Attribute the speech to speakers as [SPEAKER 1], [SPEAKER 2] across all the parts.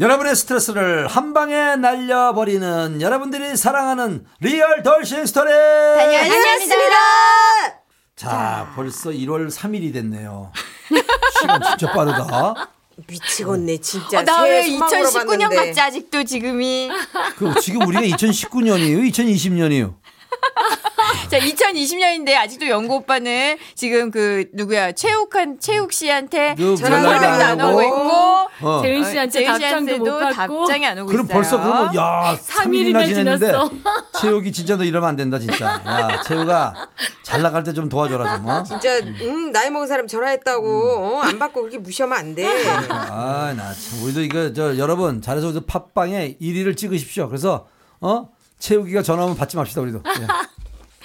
[SPEAKER 1] 여러분의 스트레스를 한 방에 날려버리는 여러분들이 사랑하는 리얼 돌싱 스토리! 네,
[SPEAKER 2] 어,
[SPEAKER 3] 다녀왔습니다.
[SPEAKER 1] 자, 벌써 1월 3일이 됐네요. 시간 진짜 빠르다.
[SPEAKER 3] 미치겠네 진짜.
[SPEAKER 2] 나 왜
[SPEAKER 3] 새해 소망으로
[SPEAKER 2] 2019년
[SPEAKER 3] 봤는데.
[SPEAKER 2] 같지 아직도 지금이
[SPEAKER 1] 그 지금 우리가 2019년이에요? 2020년이에요?
[SPEAKER 2] 자 2020년인데 아직도 영구 오빠는 지금 그 누구야 최욱한 최욱 씨한테
[SPEAKER 1] 누구
[SPEAKER 2] 전화도
[SPEAKER 3] 연락이
[SPEAKER 2] 안
[SPEAKER 3] 안
[SPEAKER 2] 오고
[SPEAKER 1] 오고.
[SPEAKER 2] 있고
[SPEAKER 1] 어.
[SPEAKER 4] 재윤 씨한테
[SPEAKER 2] 제이
[SPEAKER 4] 답장도 못
[SPEAKER 2] 씨한테도
[SPEAKER 4] 받고
[SPEAKER 2] 답장이 안 오고
[SPEAKER 1] 그럼
[SPEAKER 2] 있어요.
[SPEAKER 1] 벌써 그러면 야 3일이나
[SPEAKER 4] 3일이나
[SPEAKER 1] 지냈는데
[SPEAKER 4] 지났어.
[SPEAKER 1] 채욱이 진짜 너 이러면 안 된다 진짜 야 채욱아 잘 나갈 때 좀 도와줘라 좀 어?
[SPEAKER 3] 진짜 음, 나이 먹은 사람 전화했다고 어, 안 받고 그렇게 무시하면 안 돼.
[SPEAKER 1] 아나참 우리도 이거 저 여러분 잘해서 우리도 팟빵에 1위를 찍으십시오 그래서 어 채욱이가 전화 오면 받지 맙시다 우리도 예.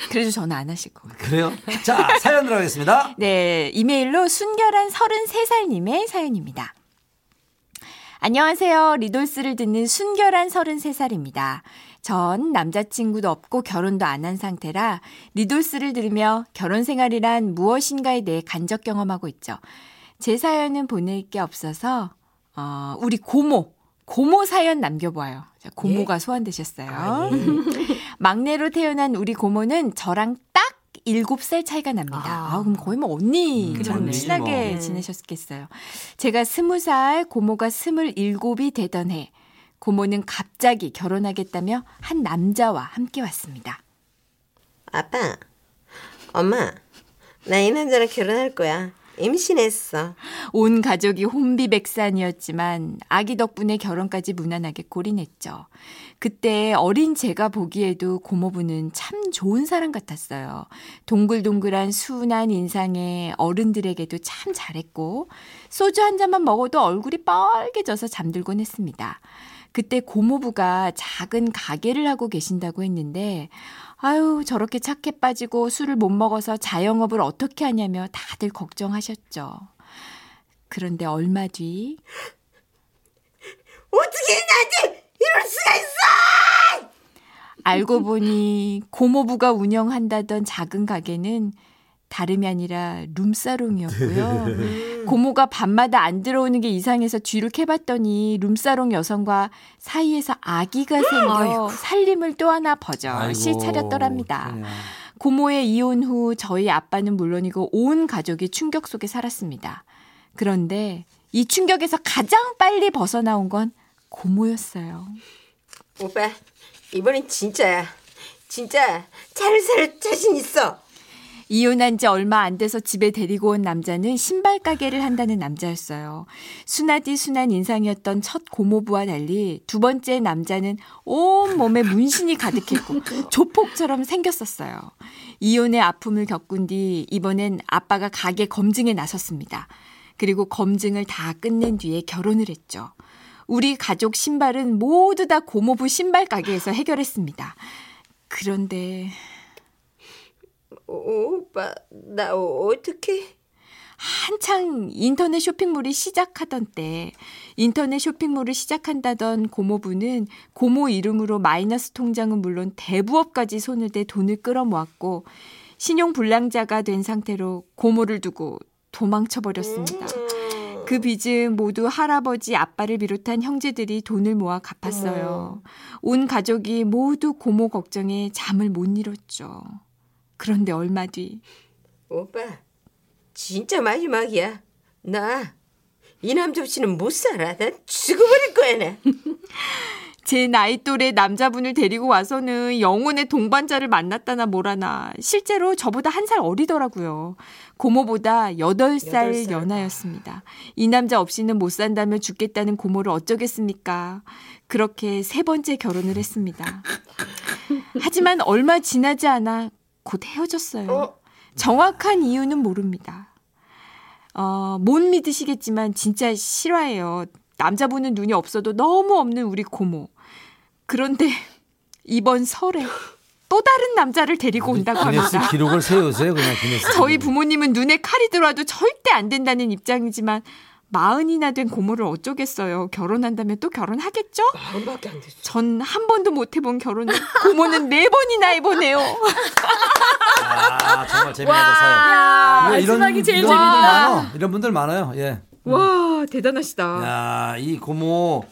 [SPEAKER 2] 그래도 전화 안 하실 것 같아요.
[SPEAKER 1] 그래요? 자 사연 들어가겠습니다
[SPEAKER 2] 네, 이메일로 순결한 33살님의 사연입니다. 안녕하세요. 리돌스를 듣는 순결한 33살입니다. 전 남자친구도 없고 결혼도 안 한 상태라 리돌스를 들으며 결혼 생활이란 무엇인가에 대해 간접 경험하고 있죠. 제 사연은 보낼 게 없어서, 어, 우리 고모, 고모 사연 남겨봐요. 자, 고모가 소환되셨어요. 막내로 태어난 우리 고모는 저랑 딱 7살 차이가 납니다. 아, 그럼 거의 뭐 언니처럼
[SPEAKER 1] 언니지
[SPEAKER 2] 친하게
[SPEAKER 3] 뭐.
[SPEAKER 2] 지내셨겠어요. 제가 20살, 고모가 27이 되던 해, 고모는 갑자기 결혼하겠다며 한 남자와 함께 왔습니다.
[SPEAKER 3] 아빠, 엄마, 나 이 남자랑 결혼할 거야. 임신했어.
[SPEAKER 2] 온 가족이 혼비백산이었지만 아기 덕분에 결혼까지 무난하게 골인했죠. 그때 어린 제가 보기에도 고모부는 참 좋은 사람 같았어요. 동글동글한 순한 인상에 어른들에게도 참 잘했고 소주 한 잔만 먹어도 얼굴이 뻘개져서 잠들곤 했습니다. 그때 고모부가 작은 가게를 하고 계신다고 했는데 아유 저렇게 착해 빠지고 술을 못 먹어서 자영업을 어떻게 하냐며 다들 걱정하셨죠. 그런데 얼마 뒤
[SPEAKER 3] 어떻게 나한테 이럴 수가 있어?
[SPEAKER 2] 알고 보니 고모부가 운영한다던 작은 가게는 다름이 아니라 룸사롱이었고요. 고모가 밤마다 안 들어오는 게 이상해서 쥐를 캐봤더니 룸사롱 여성과 사이에서 아기가 생겨 살림을 또 하나 버젓이
[SPEAKER 1] 아이고, 네.
[SPEAKER 2] 차렸더랍니다.
[SPEAKER 1] 그러냐.
[SPEAKER 2] 고모의 이혼 후 저희 아빠는 물론이고 온 가족이 충격 속에 살았습니다. 그런데 이 충격에서 가장 빨리 벗어나온 건 고모였어요.
[SPEAKER 3] 오빠, 이번엔 진짜야. 진짜 잘 살 자신 있어.
[SPEAKER 2] 이혼한 지 얼마 안 돼서 집에 데리고 온 남자는 신발 가게를 한다는 남자였어요. 순하디 순한 인상이었던 첫 고모부와 달리 두 번째 남자는 온 몸에 문신이 가득했고 조폭처럼 생겼었어요. 이혼의 아픔을 겪은 뒤 이번엔 아빠가 가게 검증에 나섰습니다. 그리고 검증을 다 끝낸 뒤에 결혼을 했죠. 우리 가족 신발은 모두 다 고모부 신발 가게에서 해결했습니다. 그런데
[SPEAKER 3] 어, 오, 오빠, 나 어, 어떻게?
[SPEAKER 2] 한창 인터넷 쇼핑몰이 시작하던 때 인터넷 쇼핑몰을 시작한다던 고모부는 고모 이름으로 마이너스 통장은 물론 대부업까지 손을 대 돈을 끌어모았고 신용 불량자가 된 상태로 고모를 두고 도망쳐 버렸습니다.
[SPEAKER 3] 음,
[SPEAKER 2] 그 빚은 모두 할아버지, 아빠를 비롯한 형제들이 돈을 모아 갚았어요. 온 가족이 모두 고모 걱정에 잠을 못 이뤘죠. 그런데 얼마 뒤
[SPEAKER 3] 오빠, 진짜 마지막이야. 나, 이남자 없이는 못 살아. 나 죽어버릴 거야, 나.
[SPEAKER 2] 제 나이 또래 남자분을 데리고 와서는 영혼의 동반자를 만났다나 뭐라나 실제로 저보다 한 살 어리더라고요. 고모보다
[SPEAKER 3] 여덟
[SPEAKER 2] 8살
[SPEAKER 3] 살.
[SPEAKER 2] 연하였습니다. 이 남자 없이는 못 산다며 죽겠다는 고모를 어쩌겠습니까? 그렇게 세 번째 결혼을 했습니다. 하지만 얼마 지나지 않아 곧 헤어졌어요.
[SPEAKER 3] 어?
[SPEAKER 2] 정확한 이유는 모릅니다. 어, 못 믿으시겠지만 진짜 실화예요. 남자분은 눈이 없어도 너무 없는 우리 고모. 그런데 이번 설에 또 다른 남자를 데리고 온다고
[SPEAKER 1] 아, 기네스
[SPEAKER 2] 합니다.
[SPEAKER 1] 기록을 세우세요 그냥 기네스
[SPEAKER 2] 저희
[SPEAKER 1] 기록.
[SPEAKER 2] 부모님은 눈에 칼이 들어와도 절대 안 된다는 입장이지만 마흔이나 된 고모를 어쩌겠어요. 결혼한다면 또 결혼하겠죠?
[SPEAKER 3] 마음밖에 안 됐어.
[SPEAKER 2] 전 한 번도 못 해본 결혼을 고모는 네 번이나 해보네요.
[SPEAKER 1] 아 정말 재미나다 사연
[SPEAKER 4] 야,
[SPEAKER 1] 이런-
[SPEAKER 4] 마지막이 제일
[SPEAKER 1] 이런 분들
[SPEAKER 4] 재밌다.
[SPEAKER 1] 많아. 이런 분들 많아요. 예.
[SPEAKER 2] 와 대단하시다.
[SPEAKER 1] 야, 이 고모.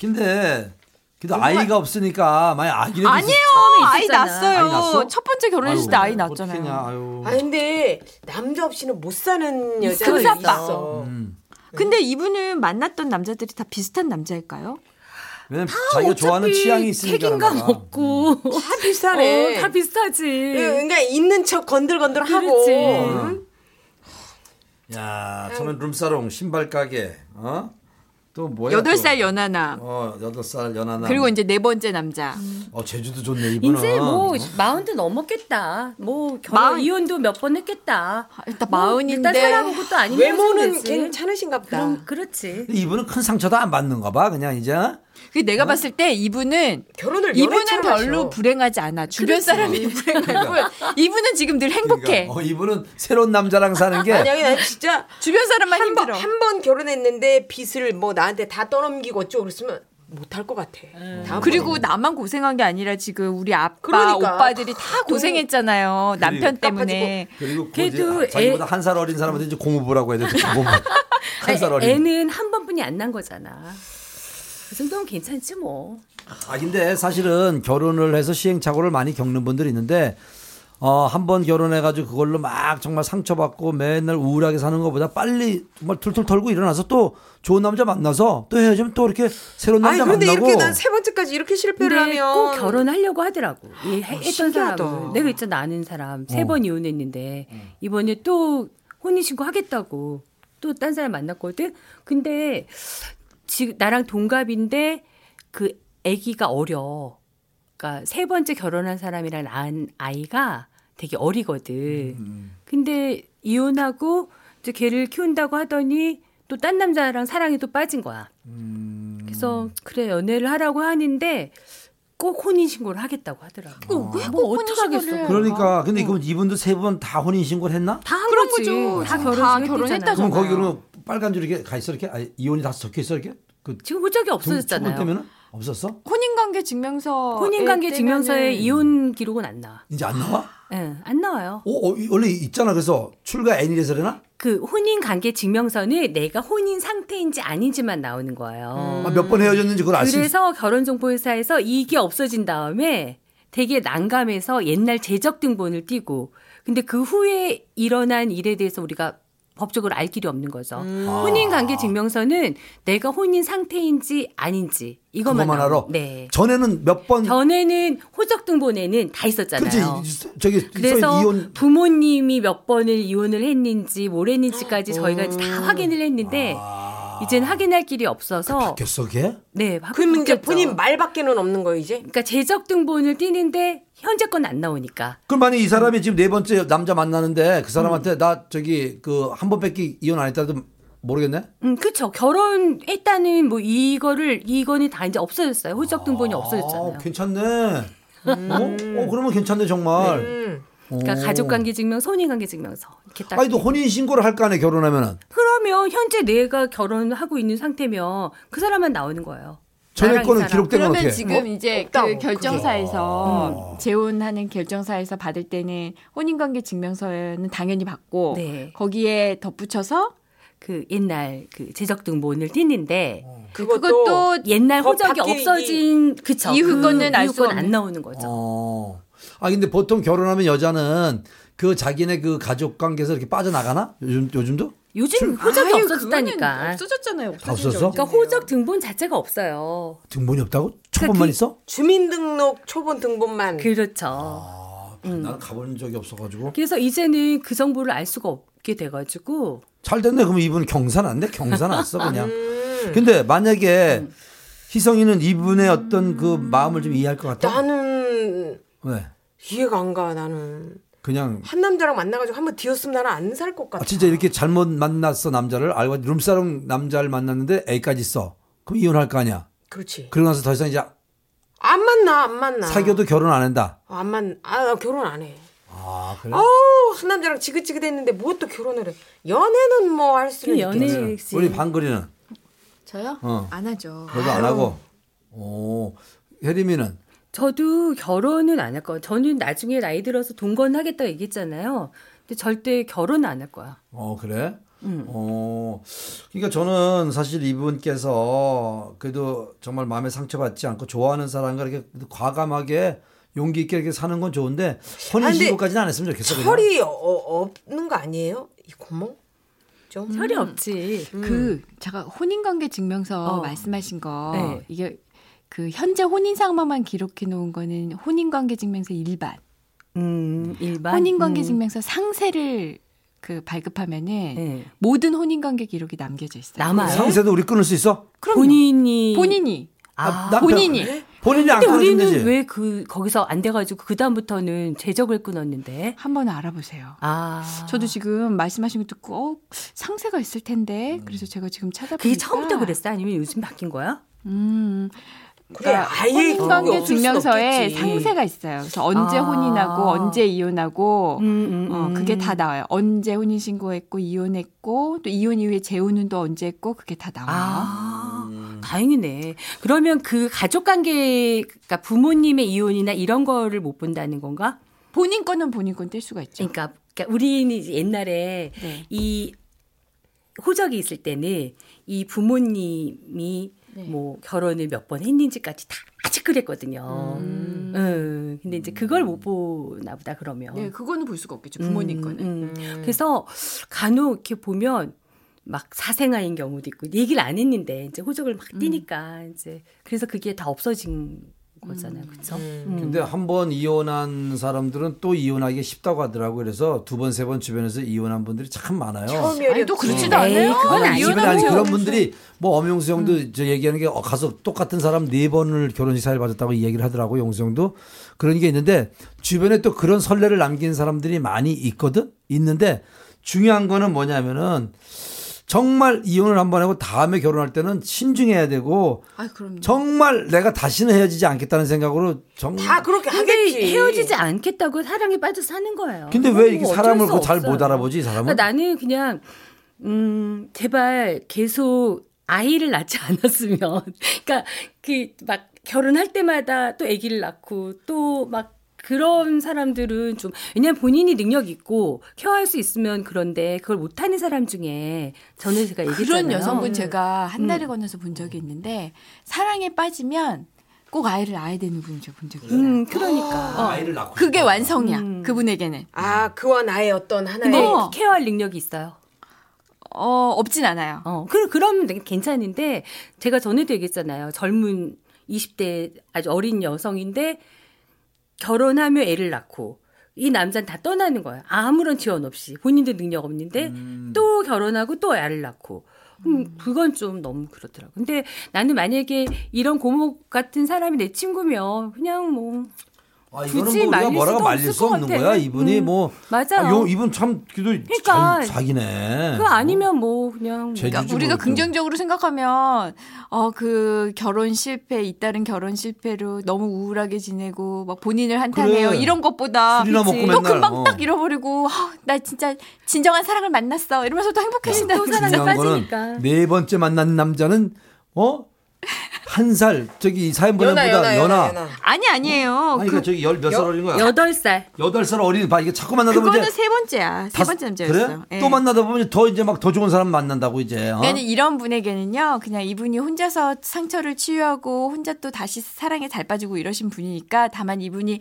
[SPEAKER 1] 근데 그래도 아이가 없으니까 만약 아기를
[SPEAKER 2] 아니에요. 아이
[SPEAKER 4] 있었잖아.
[SPEAKER 2] 났어요.
[SPEAKER 1] 아이 났어?
[SPEAKER 2] 첫 번째 결혼했을 때 아이 났잖아요.
[SPEAKER 1] 아유.
[SPEAKER 3] 아 근데 남자 없이는 못 사는 여자가
[SPEAKER 2] 금사빠.
[SPEAKER 3] 있어.
[SPEAKER 1] 음.
[SPEAKER 2] 근데 이분은 만났던 남자들이 다 비슷한 남자일까요?
[SPEAKER 1] 왜냐면 자기가 좋아하는 취향이 있으니까.
[SPEAKER 4] 책임감
[SPEAKER 1] 그런가 봐.
[SPEAKER 4] 없고
[SPEAKER 3] 다 비슷하네.
[SPEAKER 4] 어, 다
[SPEAKER 3] 예,
[SPEAKER 4] 비슷하지.
[SPEAKER 3] 그러니까 있는 척 건들건들
[SPEAKER 4] 그렇지.
[SPEAKER 3] 하고.
[SPEAKER 1] 응. 야, 처음엔 룸사롱, 신발 가게, 어? 또 뭐야?
[SPEAKER 2] 여덟
[SPEAKER 1] 또.
[SPEAKER 2] 살 연하남.
[SPEAKER 1] 어, 여덟 살 연하남.
[SPEAKER 2] 그리고 이제 네 번째 남자.
[SPEAKER 1] 어, 제주도 좋네 이분은. 어?
[SPEAKER 4] 이제 뭐 마흔도 넘었겠다. 뭐 결혼
[SPEAKER 2] 마흔.
[SPEAKER 4] 이혼도 몇 번 했겠다.
[SPEAKER 2] 일단
[SPEAKER 4] 뭐 일단
[SPEAKER 2] 마흔인데
[SPEAKER 4] 살아보고 또 아니면
[SPEAKER 3] 외모는
[SPEAKER 4] 되지.
[SPEAKER 3] 괜찮으신가 보다.
[SPEAKER 4] 음. 그럼 그렇지.
[SPEAKER 1] 이분은 큰 상처도 안 받는가 봐. 그냥 이제 어?
[SPEAKER 2] 그 내가 봤을 때 이분은
[SPEAKER 3] 결혼을
[SPEAKER 2] 이분은
[SPEAKER 3] 연애처럼
[SPEAKER 2] 별로
[SPEAKER 3] 하셔.
[SPEAKER 2] 불행하지 않아. 주변 사람이 불행할 뿐. 이분은 지금 늘 행복해.
[SPEAKER 1] 그러니까, 어, 이분은 새로운 남자랑 사는 게
[SPEAKER 3] 아니야, 나 진짜
[SPEAKER 2] 주변 사람만
[SPEAKER 3] 한 번
[SPEAKER 2] 힘들어.
[SPEAKER 3] 한 번 결혼했는데 빚을 뭐 나한테 다 떠넘기고 어쩌고 그랬으면 못할 것 같아. 다음번에.
[SPEAKER 2] 그리고 나만 고생한 게 아니라 지금 우리 아빠
[SPEAKER 3] 그러니까.
[SPEAKER 2] 오빠들이 다 고생했잖아요.
[SPEAKER 1] 그러니까.
[SPEAKER 2] 남편 때문에.
[SPEAKER 1] 그리고 그
[SPEAKER 4] 걔도
[SPEAKER 1] 이제 자기보다
[SPEAKER 4] 애-
[SPEAKER 1] 한 살 어린 사람한테 이제 고모부라고 해야 되죠. 고모. 한살
[SPEAKER 4] 아니,
[SPEAKER 1] 어린.
[SPEAKER 4] 애는 한 번뿐이 안 난 거잖아. 그 정도면 괜찮지 뭐.
[SPEAKER 1] 아 근데 사실은 결혼을 해서 시행착오를 많이 겪는 분들이 있는데 어, 한 번 결혼해가지고 그걸로 막 정말 상처받고 맨날 우울하게 사는 것보다 빨리 정말 툴툴 털고 일어나서 또 좋은 남자 만나서 또 헤어지면 또 이렇게 새로운
[SPEAKER 3] 아니
[SPEAKER 1] 남자
[SPEAKER 3] 그런데
[SPEAKER 1] 만나고
[SPEAKER 3] 이렇게 난 세 번째까지 이렇게 실패를 하면
[SPEAKER 4] 근데 네, 꼭 결혼하려고 하더라고. 이 해- 했던
[SPEAKER 3] 신기하다.
[SPEAKER 4] 사람은 내가 있잖아 아는 사람 세 번 이혼했는데 이번에 또 혼인신고 하겠다고 또 딴 사람 만났거든. 근데 지금 나랑 동갑인데 그 아기가 어려. 그러니까 세 번째 결혼한 사람이랑 낳은 아이가 되게 어리거든. 근데 이혼하고 이제 걔를 키운다고 하더니 또 딴 남자랑 사랑에 또 빠진 거야. 그래서 그래 연애를 하라고 하는데 꼭 혼인 신고를 하겠다고 하더라고. 뭐 어떻게 하겠어?
[SPEAKER 1] 그러니까 근데 그럼 이분도 세 번 다 혼인 신고를 했나?
[SPEAKER 4] 다한
[SPEAKER 2] 그런
[SPEAKER 4] 거지.
[SPEAKER 2] 거죠.
[SPEAKER 4] 다
[SPEAKER 2] 다
[SPEAKER 4] 결혼
[SPEAKER 2] 결혼했다,
[SPEAKER 1] 그럼
[SPEAKER 2] 그러잖아요.
[SPEAKER 1] 거기 그러면 빨간 줄 이렇게 가 있어 이렇게 아니, 이혼이 다 적혀 있어 이렇게 그
[SPEAKER 4] 지금 호적이
[SPEAKER 1] 때
[SPEAKER 4] 없어졌잖아요. 어,
[SPEAKER 1] 면 없었어?
[SPEAKER 2] 혼인관계 증명서.
[SPEAKER 4] 혼인관계 증명서에 이혼 기록은 안 나와.
[SPEAKER 1] 이제 안 나와?
[SPEAKER 4] 예, 안 나와요.
[SPEAKER 1] 어, 어, 이- 원래 있잖아. 그래서 출가 애니래서 그러나?
[SPEAKER 4] 그 혼인관계 증명서는 내가 혼인 상태인지 아닌지만 나오는 거예요.
[SPEAKER 1] 아, 몇번 헤어졌는지 그걸 알 수 있어.
[SPEAKER 4] 그래서 결혼정보회사에서 이게 없어진 다음에 되게 난감해서 옛날 재적 등본을 띄고 근데 그 후에 일어난 일에 대해서 우리가 법적으로 알 길이 없는 거죠.
[SPEAKER 1] 음.
[SPEAKER 3] 아.
[SPEAKER 4] 혼인 관계 증명서는 내가 혼인 상태인지 아닌지 이것만
[SPEAKER 1] 그것만
[SPEAKER 4] 나와요.
[SPEAKER 1] 알아.
[SPEAKER 4] 네.
[SPEAKER 1] 전에는 몇 번.
[SPEAKER 4] 전에는 호적 등본에는 다 있었잖아요.
[SPEAKER 1] 그렇지. 저기
[SPEAKER 4] 그래서
[SPEAKER 1] 서 이혼
[SPEAKER 4] 부모님이 몇 번을 이혼을 했는지 뭘 했는지까지 저희가 이제
[SPEAKER 1] 음.
[SPEAKER 4] 다 확인을 했는데
[SPEAKER 1] 아.
[SPEAKER 4] 이제는 확인할 길이 없어서
[SPEAKER 1] 바뀌었어, 걔?
[SPEAKER 4] 네, 바-
[SPEAKER 3] 그럼 이제
[SPEAKER 4] 바뀌었죠.
[SPEAKER 3] 본인 말밖에는 없는 거예요 이제.
[SPEAKER 4] 그러니까 재적 등본을 띄는데 현재 건 안 나오니까.
[SPEAKER 1] 그럼 만약 이 사람이 지금 네 번째 남자 만나는데 그
[SPEAKER 4] 음.
[SPEAKER 1] 사람한테 나 저기 그 한 번밖에 이혼 안 했다도 모르겠네.
[SPEAKER 4] 음, 그렇죠. 결혼했다는 뭐 이거를 이거는 다 이제 없어졌어요. 호적 등본이 없어졌잖아요. 음.
[SPEAKER 1] 아, 괜찮네. 어? 어, 그러면 괜찮네 정말.
[SPEAKER 3] 음,
[SPEAKER 4] 그러니까
[SPEAKER 1] 오.
[SPEAKER 4] 가족 관계 증명서, 혼인 관계 증명서. 이렇게 딱
[SPEAKER 1] 아니 또 혼인 신고를 할 거 아니야 결혼하면은.
[SPEAKER 4] 그러면 현재 내가 결혼하고 있는 상태면 그 사람만 나오는 거예요.
[SPEAKER 1] 전에
[SPEAKER 4] 나랑 이
[SPEAKER 1] 거는
[SPEAKER 4] 사람.
[SPEAKER 1] 기록되면
[SPEAKER 2] 그러면
[SPEAKER 1] 어떻게?
[SPEAKER 2] 지금
[SPEAKER 4] 뭐,
[SPEAKER 2] 이제
[SPEAKER 3] 없다고,
[SPEAKER 2] 그
[SPEAKER 4] 어.
[SPEAKER 2] 결정사에서 재혼하는 결정사에서 받을 때는 혼인관계 증명서는 당연히 받고
[SPEAKER 4] 네.
[SPEAKER 2] 거기에 덧붙여서
[SPEAKER 4] 그 옛날 그 재적 등본을 띄는데
[SPEAKER 3] 어. 그것도,
[SPEAKER 2] 그것도
[SPEAKER 4] 옛날
[SPEAKER 3] 더
[SPEAKER 4] 호적이
[SPEAKER 3] 바뀌기
[SPEAKER 4] 없어진 그쵸.
[SPEAKER 2] 이후 거는 알
[SPEAKER 4] 이후
[SPEAKER 2] 수
[SPEAKER 4] 거는
[SPEAKER 2] 없는.
[SPEAKER 4] 안 나오는 거죠.
[SPEAKER 1] 어. 아 근데 보통 결혼하면 여자는 그 자기네 그 가족 관계에서 이렇게 빠져나가나? 요즘 요즘도?
[SPEAKER 4] 요즘 호적이
[SPEAKER 2] 아유,
[SPEAKER 4] 없어졌다니까.
[SPEAKER 2] 그거는 없어졌잖아요.
[SPEAKER 1] 다 없었어?
[SPEAKER 4] 그러니까 호적 등본 자체가 없어요.
[SPEAKER 1] 등본이 없다고? 초본만 있어?
[SPEAKER 3] 주민등록 초본 등본만.
[SPEAKER 4] 그렇죠. 음.
[SPEAKER 1] 아, 나는 가본 적이 없어가지고.
[SPEAKER 4] 그래서 이제는 그 정보를 알 수가 없게 돼가지고
[SPEAKER 1] 잘 됐네. 그럼 이분 경사 났네. 경사 났어 그냥.
[SPEAKER 3] 음.
[SPEAKER 1] 근데 만약에 희성이는 이분의 어떤 그 음. 마음을 좀 이해할 것 같아.
[SPEAKER 3] 나는
[SPEAKER 1] 왜?
[SPEAKER 3] 이해가 안 가. 나는
[SPEAKER 1] 그냥
[SPEAKER 3] 한 남자랑 만나가지고 한번 뒤었으면 나는 안 살 것 같아.
[SPEAKER 1] 아, 진짜 이렇게 잘못 만났어 남자를 알고 룸사롱 남자를 만났는데 애까지 있어. 그럼 이혼할 거 아니야.
[SPEAKER 3] 그렇지.
[SPEAKER 1] 그러고 나서 더 이상 이제
[SPEAKER 3] 안 만나 안 만나.
[SPEAKER 1] 사귀어도 결혼 안 한다.
[SPEAKER 3] 안 만. 아나 결혼 안 해.
[SPEAKER 1] 아 그래?
[SPEAKER 3] 아우 한 남자랑 지긋지긋했는데 뭐 또 결혼을 해. 연애는 뭐 할 수는
[SPEAKER 4] 그
[SPEAKER 3] 있겠지.
[SPEAKER 4] 연애
[SPEAKER 1] 네. 우리 방글이는
[SPEAKER 2] 저요?
[SPEAKER 1] 어.
[SPEAKER 2] 안 하죠.
[SPEAKER 1] 너도 안 하고. 오 혜림이는
[SPEAKER 4] 저도 결혼은 안 할 거예요. 저는 나중에 나이 들어서 동거는 하겠다 고 얘기했잖아요. 근데 절대 결혼 안 할 거야.
[SPEAKER 1] 어 그래?
[SPEAKER 4] 음.
[SPEAKER 1] 어, 그러니까 저는 사실 이분께서 그래도 정말 마음에 상처받지 않고 좋아하는 사람과 이렇게 과감하게 용기 있게 이렇게 사는 건 좋은데
[SPEAKER 4] 아,
[SPEAKER 1] 혼인신고까지는 안 했으면 좋겠어. 그냥.
[SPEAKER 3] 철이 어, 없는 거 아니에요? 이 고모? 좀
[SPEAKER 4] 철이 없지.
[SPEAKER 2] 그 제가 혼인관계 증명서
[SPEAKER 4] 어.
[SPEAKER 2] 말씀하신 거
[SPEAKER 4] 네.
[SPEAKER 2] 이게 그 현재 혼인 상황만 기록해 놓은 거는 혼인관계 증명서 일반,
[SPEAKER 4] 음, 일반.
[SPEAKER 2] 혼인관계
[SPEAKER 4] 음.
[SPEAKER 2] 증명서 상세를 그 발급하면은
[SPEAKER 4] 네.
[SPEAKER 2] 모든 혼인관계 기록이 남겨져 있어요.
[SPEAKER 4] 남아요.
[SPEAKER 1] 상세도 우리 끊을 수 있어?
[SPEAKER 2] 그럼요.
[SPEAKER 4] 본인이
[SPEAKER 2] 본인이
[SPEAKER 1] 아,
[SPEAKER 4] 아,
[SPEAKER 1] 나- 아,
[SPEAKER 2] 본인이
[SPEAKER 1] 본인이 안
[SPEAKER 4] 근데
[SPEAKER 1] 끊어주면
[SPEAKER 4] 우리는
[SPEAKER 1] 되지.
[SPEAKER 4] 왜 그 거기서 안 돼가지고 그 다음부터는 제적을 끊었는데.
[SPEAKER 2] 한번 알아보세요.
[SPEAKER 4] 아,
[SPEAKER 2] 저도 지금 말씀하신 거 듣고 어, 상세가 있을 텐데 그래서 제가 지금 찾아보니까
[SPEAKER 4] 그게 처음부터 그랬어? 아니면 요즘 바뀐 거야?
[SPEAKER 2] 음,
[SPEAKER 3] 그래, 아예 그게
[SPEAKER 2] 혼인관계
[SPEAKER 3] 없을 순
[SPEAKER 2] 증명서에
[SPEAKER 3] 없겠지.
[SPEAKER 2] 상세가 있어요. 그래서 언제
[SPEAKER 4] 아.
[SPEAKER 2] 혼인하고 언제 이혼하고
[SPEAKER 4] 음, 음,
[SPEAKER 2] 어,
[SPEAKER 4] 음.
[SPEAKER 2] 그게 다 나와요. 언제 혼인 신고했고 이혼했고 또 이혼 이후에 재혼은 또 언제 했고 그게 다 나와요.
[SPEAKER 4] 아,
[SPEAKER 1] 음.
[SPEAKER 4] 다행이네. 그러면 그 가족 관계, 그러니까 부모님의 이혼이나 이런 거를 못 본다는 건가?
[SPEAKER 2] 본인 거는 본인 건 뗄 수가 있죠.
[SPEAKER 4] 그러니까, 그러니까 우리는 이제 옛날에
[SPEAKER 2] 네.
[SPEAKER 4] 이 호적이 있을 때는 이 부모님이
[SPEAKER 2] 네.
[SPEAKER 4] 뭐 결혼을 몇 번 했는지까지 다 체크했거든요.
[SPEAKER 2] 음.
[SPEAKER 4] 음, 근데 이제 그걸 못 보나 보다 그러면.
[SPEAKER 2] 네, 그거는 볼 수가 없겠죠.
[SPEAKER 4] 음,
[SPEAKER 2] 부모님 거는.
[SPEAKER 4] 음. 그래서 간혹 이렇게 보면 막 사생아인 경우도 있고 얘기를 안 했는데 이제 호적을 막 띄니까 이제 그래서 그게 다 없어진 거잖아요, 그렇죠?
[SPEAKER 1] 근데 한 번 이혼한 사람들은 또 이혼하기 쉽다고 하더라고. 그래서 두 번 세 번 주변에서 이혼한 분들이 참 많아요.
[SPEAKER 3] 처음이
[SPEAKER 2] 아니, 또
[SPEAKER 3] 어렵지.
[SPEAKER 2] 그렇지도 않아요.
[SPEAKER 4] 네. 에이, 그건 아니죠.
[SPEAKER 1] 집에
[SPEAKER 2] 이혼하고
[SPEAKER 1] 아니 그런
[SPEAKER 2] 재혼해서.
[SPEAKER 1] 분들이 뭐 엄영수 형도
[SPEAKER 4] 음.
[SPEAKER 1] 저 얘기하는 게 어, 가서 똑같은 사람 네 번을 결혼식 사회를 받았다고 이 얘기를 하더라고 용수 형도 그런 게 있는데 주변에 또 그런 선례를 남긴 사람들이 많이 있거든 있는데 중요한 거는 뭐냐면은 정말 이혼을 한 번 하고 다음에 결혼할 때는 신중해야 되고
[SPEAKER 2] 아, 그럼요.
[SPEAKER 1] 정말 내가 다시는 헤어지지 않겠다는 생각으로 정말
[SPEAKER 3] 음. 다 그렇게
[SPEAKER 4] 근데
[SPEAKER 3] 하겠지.
[SPEAKER 4] 헤어지지 않겠다고 사랑에 빠져 사는 거예요.
[SPEAKER 1] 근데
[SPEAKER 4] 그건
[SPEAKER 1] 왜 이렇게
[SPEAKER 4] 뭐 어쩔
[SPEAKER 1] 사람을 뭐
[SPEAKER 4] 수
[SPEAKER 1] 잘 못
[SPEAKER 4] 없어요.
[SPEAKER 1] 알아보지 이 사람은
[SPEAKER 4] 그러니까 나는 그냥 음 제발 계속 아이를 낳지 않았으면 그러니까 그 막 결혼할 때마다 또 아기를 낳고 또 막 그런 사람들은 좀 왜냐면 본인이 능력 있고 케어할 수 있으면 그런데 그걸 못하는 사람 중에 저는 제가 얘기했잖아요.
[SPEAKER 2] 그런
[SPEAKER 1] 네.
[SPEAKER 2] 여성분
[SPEAKER 1] 음.
[SPEAKER 2] 제가 한 달에 건너서 본 적이 있는데 사랑에 빠지면 꼭 아이를 낳아야 되는 분을 제가 본 적이 있어요.
[SPEAKER 4] 음 그러니까 어.
[SPEAKER 1] 아이를 낳고
[SPEAKER 2] 그게
[SPEAKER 1] 싶다.
[SPEAKER 2] 완성이야.
[SPEAKER 4] 음.
[SPEAKER 2] 그분에게는
[SPEAKER 3] 아, 그와 나의 어떤
[SPEAKER 4] 근데
[SPEAKER 3] 하나의
[SPEAKER 2] 네. 어.
[SPEAKER 4] 케어할 능력이 있어요.
[SPEAKER 2] 어, 없진 않아요.
[SPEAKER 4] 어, 그, 그럼 되게 괜찮은데, 제가 전에도 얘기했잖아요. 젊은 20대 아주 어린 여성인데, 결혼하며 애를 낳고, 이 남자는 다 떠나는 거예요. 아무런 지원 없이. 본인도 능력 없는데,
[SPEAKER 1] 음.
[SPEAKER 4] 또 결혼하고 또 애를 낳고. 음, 그건 좀 너무 그렇더라고. 근데 나는 만약에 이런 고모 같은 사람이 내 친구면, 그냥 뭐,
[SPEAKER 1] 아, 이거는 뭐
[SPEAKER 4] 굳이
[SPEAKER 1] 우리가
[SPEAKER 4] 말릴
[SPEAKER 1] 뭐라고
[SPEAKER 4] 수도
[SPEAKER 1] 말릴
[SPEAKER 4] 없을
[SPEAKER 1] 수
[SPEAKER 4] 것
[SPEAKER 1] 없는
[SPEAKER 4] 같아.
[SPEAKER 1] 거야. 이분이
[SPEAKER 4] 음,
[SPEAKER 1] 뭐
[SPEAKER 4] 맞아요.
[SPEAKER 1] 아, 요, 이분 참 그래도
[SPEAKER 4] 그러니까.
[SPEAKER 1] 잘 사기네.
[SPEAKER 4] 그거 아니면 뭐, 그냥.
[SPEAKER 1] 제-
[SPEAKER 2] 그러니까
[SPEAKER 1] 해주지
[SPEAKER 2] 우리가
[SPEAKER 1] 모르죠.
[SPEAKER 2] 긍정적으로 생각하면 어 그 결혼 실패 잇따른 결혼 실패로 너무 우울하게 지내고 막 본인을 한탄해요
[SPEAKER 1] 그래.
[SPEAKER 2] 이런 것보다
[SPEAKER 1] 술이나
[SPEAKER 4] 그치.
[SPEAKER 1] 먹고
[SPEAKER 2] 또
[SPEAKER 1] 맨날
[SPEAKER 2] 금방
[SPEAKER 1] 어.
[SPEAKER 2] 딱 잃어버리고 아, 나 진짜 진정한 사랑을 만났어 이러면서 또 행복해진다.
[SPEAKER 4] 또 사랑에
[SPEAKER 1] 중요한 거는
[SPEAKER 4] 빠지니까.
[SPEAKER 1] 네 번째 만난 남자는 어? 한 살 저기 이 사연 보낸
[SPEAKER 3] 연하,
[SPEAKER 1] 보다
[SPEAKER 3] 연하, 연하,
[SPEAKER 1] 연하.
[SPEAKER 3] 연하.
[SPEAKER 2] 아니 아니에요.
[SPEAKER 1] 아니
[SPEAKER 2] 그,
[SPEAKER 1] 그러니까 저기 열 몇 살 어린 거야.
[SPEAKER 4] 여덟 살
[SPEAKER 1] 여덟 살 어린 봐 이게 자꾸 만나다 보면
[SPEAKER 2] 그거는
[SPEAKER 1] 이제
[SPEAKER 2] 세 번째야. 세
[SPEAKER 1] 다섯-
[SPEAKER 2] 번째 남자였어요.
[SPEAKER 1] 그래?
[SPEAKER 2] 예.
[SPEAKER 1] 또 만나다 보면 더 이제 막 더 좋은 사람 만난다고 이제. 어?
[SPEAKER 2] 그러니까 이런 분에게는요, 그냥 이분이 혼자서 상처를 치유하고 혼자 또 다시 사랑에 잘 빠지고 이러신 분이니까 다만 이분이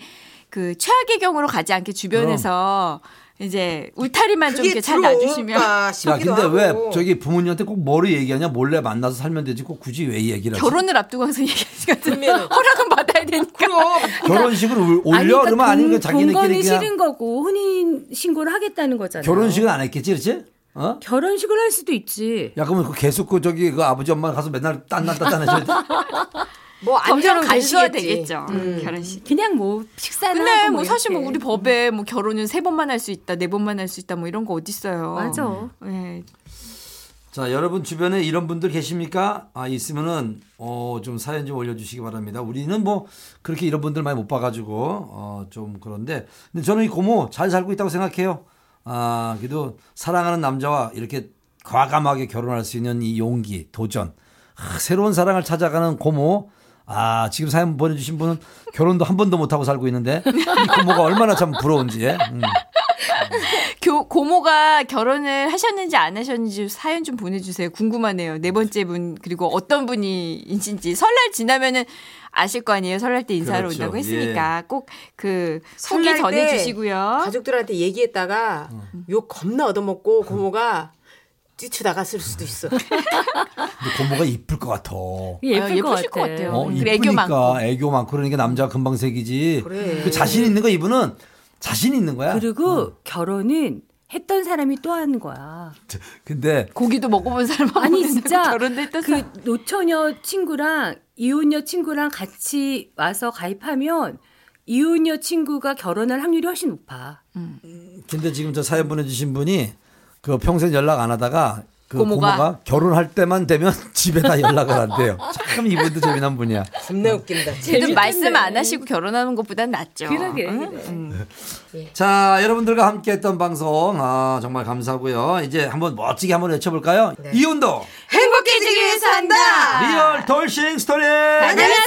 [SPEAKER 2] 그 최악의 경우로 가지 않게 주변에서 이제 울타리만 좀
[SPEAKER 3] 그게
[SPEAKER 2] 이렇게 잘 놔주시면 아,
[SPEAKER 3] 들어올까
[SPEAKER 1] 야
[SPEAKER 3] 싶기도
[SPEAKER 1] 근데 왜
[SPEAKER 3] 하고.
[SPEAKER 1] 저기 부모님한테 꼭 뭐를 얘기하냐 몰래 만나서 살면 되지 꼭 굳이 왜 이 얘기를 하지?
[SPEAKER 2] 결혼을 앞두고 항상 얘기하시거든요.
[SPEAKER 3] 그러면은.
[SPEAKER 2] 허락은 받아야 되니까.
[SPEAKER 3] 그럼
[SPEAKER 1] 결혼식을 올- 올려
[SPEAKER 4] 그러니까
[SPEAKER 1] 그러면 아닌 거
[SPEAKER 4] 돈-
[SPEAKER 1] 자기네끼리 그냥
[SPEAKER 4] 돈거는 싫은 거고 혼인 신고를 하겠다는 거잖아요.
[SPEAKER 1] 결혼식은 안 했겠지, 그렇지? 어?
[SPEAKER 4] 결혼식을 할 수도 있지.
[SPEAKER 1] 야, 그러면 그 계속 그 저기 그 아버지 엄마 가서 맨날 딴난다 딴해줘야 돼.
[SPEAKER 3] 뭐
[SPEAKER 2] 점점
[SPEAKER 3] 안전은
[SPEAKER 2] 간소화
[SPEAKER 3] 가시겠지. 음.
[SPEAKER 2] 되겠죠. 음, 결혼식.
[SPEAKER 4] 그냥 뭐 식사나
[SPEAKER 2] 근데
[SPEAKER 4] 하고
[SPEAKER 2] 뭐 사실 뭐
[SPEAKER 4] 이렇게.
[SPEAKER 2] 우리 법에 뭐 결혼은 세 번만 할 수 있다, 네 번만 할 수 있다 뭐 이런 거 어딨어요.
[SPEAKER 4] 맞아.
[SPEAKER 2] 예.
[SPEAKER 1] 자, 여러분 주변에 이런 분들 계십니까? 아, 있으면은 어, 좀 사연 좀 올려주시기 바랍니다. 우리는 뭐 그렇게 이런 분들 많이 못 봐가지고 어, 좀 그런데 근데 저는 이 고모 잘 살고 있다고 생각해요. 아, 그래도 사랑하는 남자와 이렇게 과감하게 결혼할 수 있는 이 용기, 도전, 아, 새로운 사랑을 찾아가는 고모. 아, 지금 사연 예? 보내주신 분은 결혼도 한 번도 못하고 살고 있는데 이 고모가 얼마나 참 부러운지. 음.
[SPEAKER 2] 교, 고모가 결혼을 하셨는지 안 하셨는지 사연 좀 보내주세요. 궁금하네요. 네 번째 분 그리고 어떤 분이신지 설날 지나면은 아실 거 아니에요. 설날 때 인사하러
[SPEAKER 1] 그렇죠.
[SPEAKER 2] 온다고 했으니까 꼭 그 소개 전해주시고요.
[SPEAKER 3] 가족들한테 얘기했다가
[SPEAKER 1] 음.
[SPEAKER 3] 욕 겁나 얻어먹고 고모가 뛰쳐나갔을 수도 있어.
[SPEAKER 1] 근데 고모가 이쁠 것 같아.
[SPEAKER 4] 예쁠
[SPEAKER 2] 아,
[SPEAKER 4] 것
[SPEAKER 2] 예쁘실
[SPEAKER 4] 같아.
[SPEAKER 2] 것 같아요.
[SPEAKER 1] 어,
[SPEAKER 2] 그래, 애교 많고.
[SPEAKER 1] 이쁘니까 애교 많고 그러니까 남자 금방 색이지.
[SPEAKER 3] 그래.
[SPEAKER 1] 그 자신 있는 거 이분은 자신 있는 거야.
[SPEAKER 4] 그리고
[SPEAKER 1] 어.
[SPEAKER 4] 결혼은 했던 사람이 또 한 거야.
[SPEAKER 1] 근데
[SPEAKER 2] 고기도 먹어본 사람
[SPEAKER 4] 아니 진짜
[SPEAKER 2] 결혼도 했던
[SPEAKER 4] 그 노처녀 친구랑 이혼녀 친구랑 같이 와서 가입하면 이혼녀 친구가 결혼할 확률이 훨씬 높아.
[SPEAKER 1] 근데 지금 저 사연 보내주신 분이 그 평생 연락 안 하다가 그 고모가,
[SPEAKER 2] 고모가.
[SPEAKER 1] 결혼할 때만 되면 집에다 연락을 한대요. 참 이분도 재미난 분이야.
[SPEAKER 3] 겁나 웃긴다.
[SPEAKER 2] 그래도 말씀 안 하시고 결혼하는 것보단 낫죠.
[SPEAKER 4] 그러게.
[SPEAKER 2] 아.
[SPEAKER 1] 자, 여러분들과 함께했던 방송 아, 정말 감사하고요. 이제 한번 멋지게 한번 외쳐볼까요? 이혼도
[SPEAKER 3] 행복해지기 위해서 한다.
[SPEAKER 2] 네,
[SPEAKER 1] 리얼 돌싱 스토리. 안녕.
[SPEAKER 3] 아,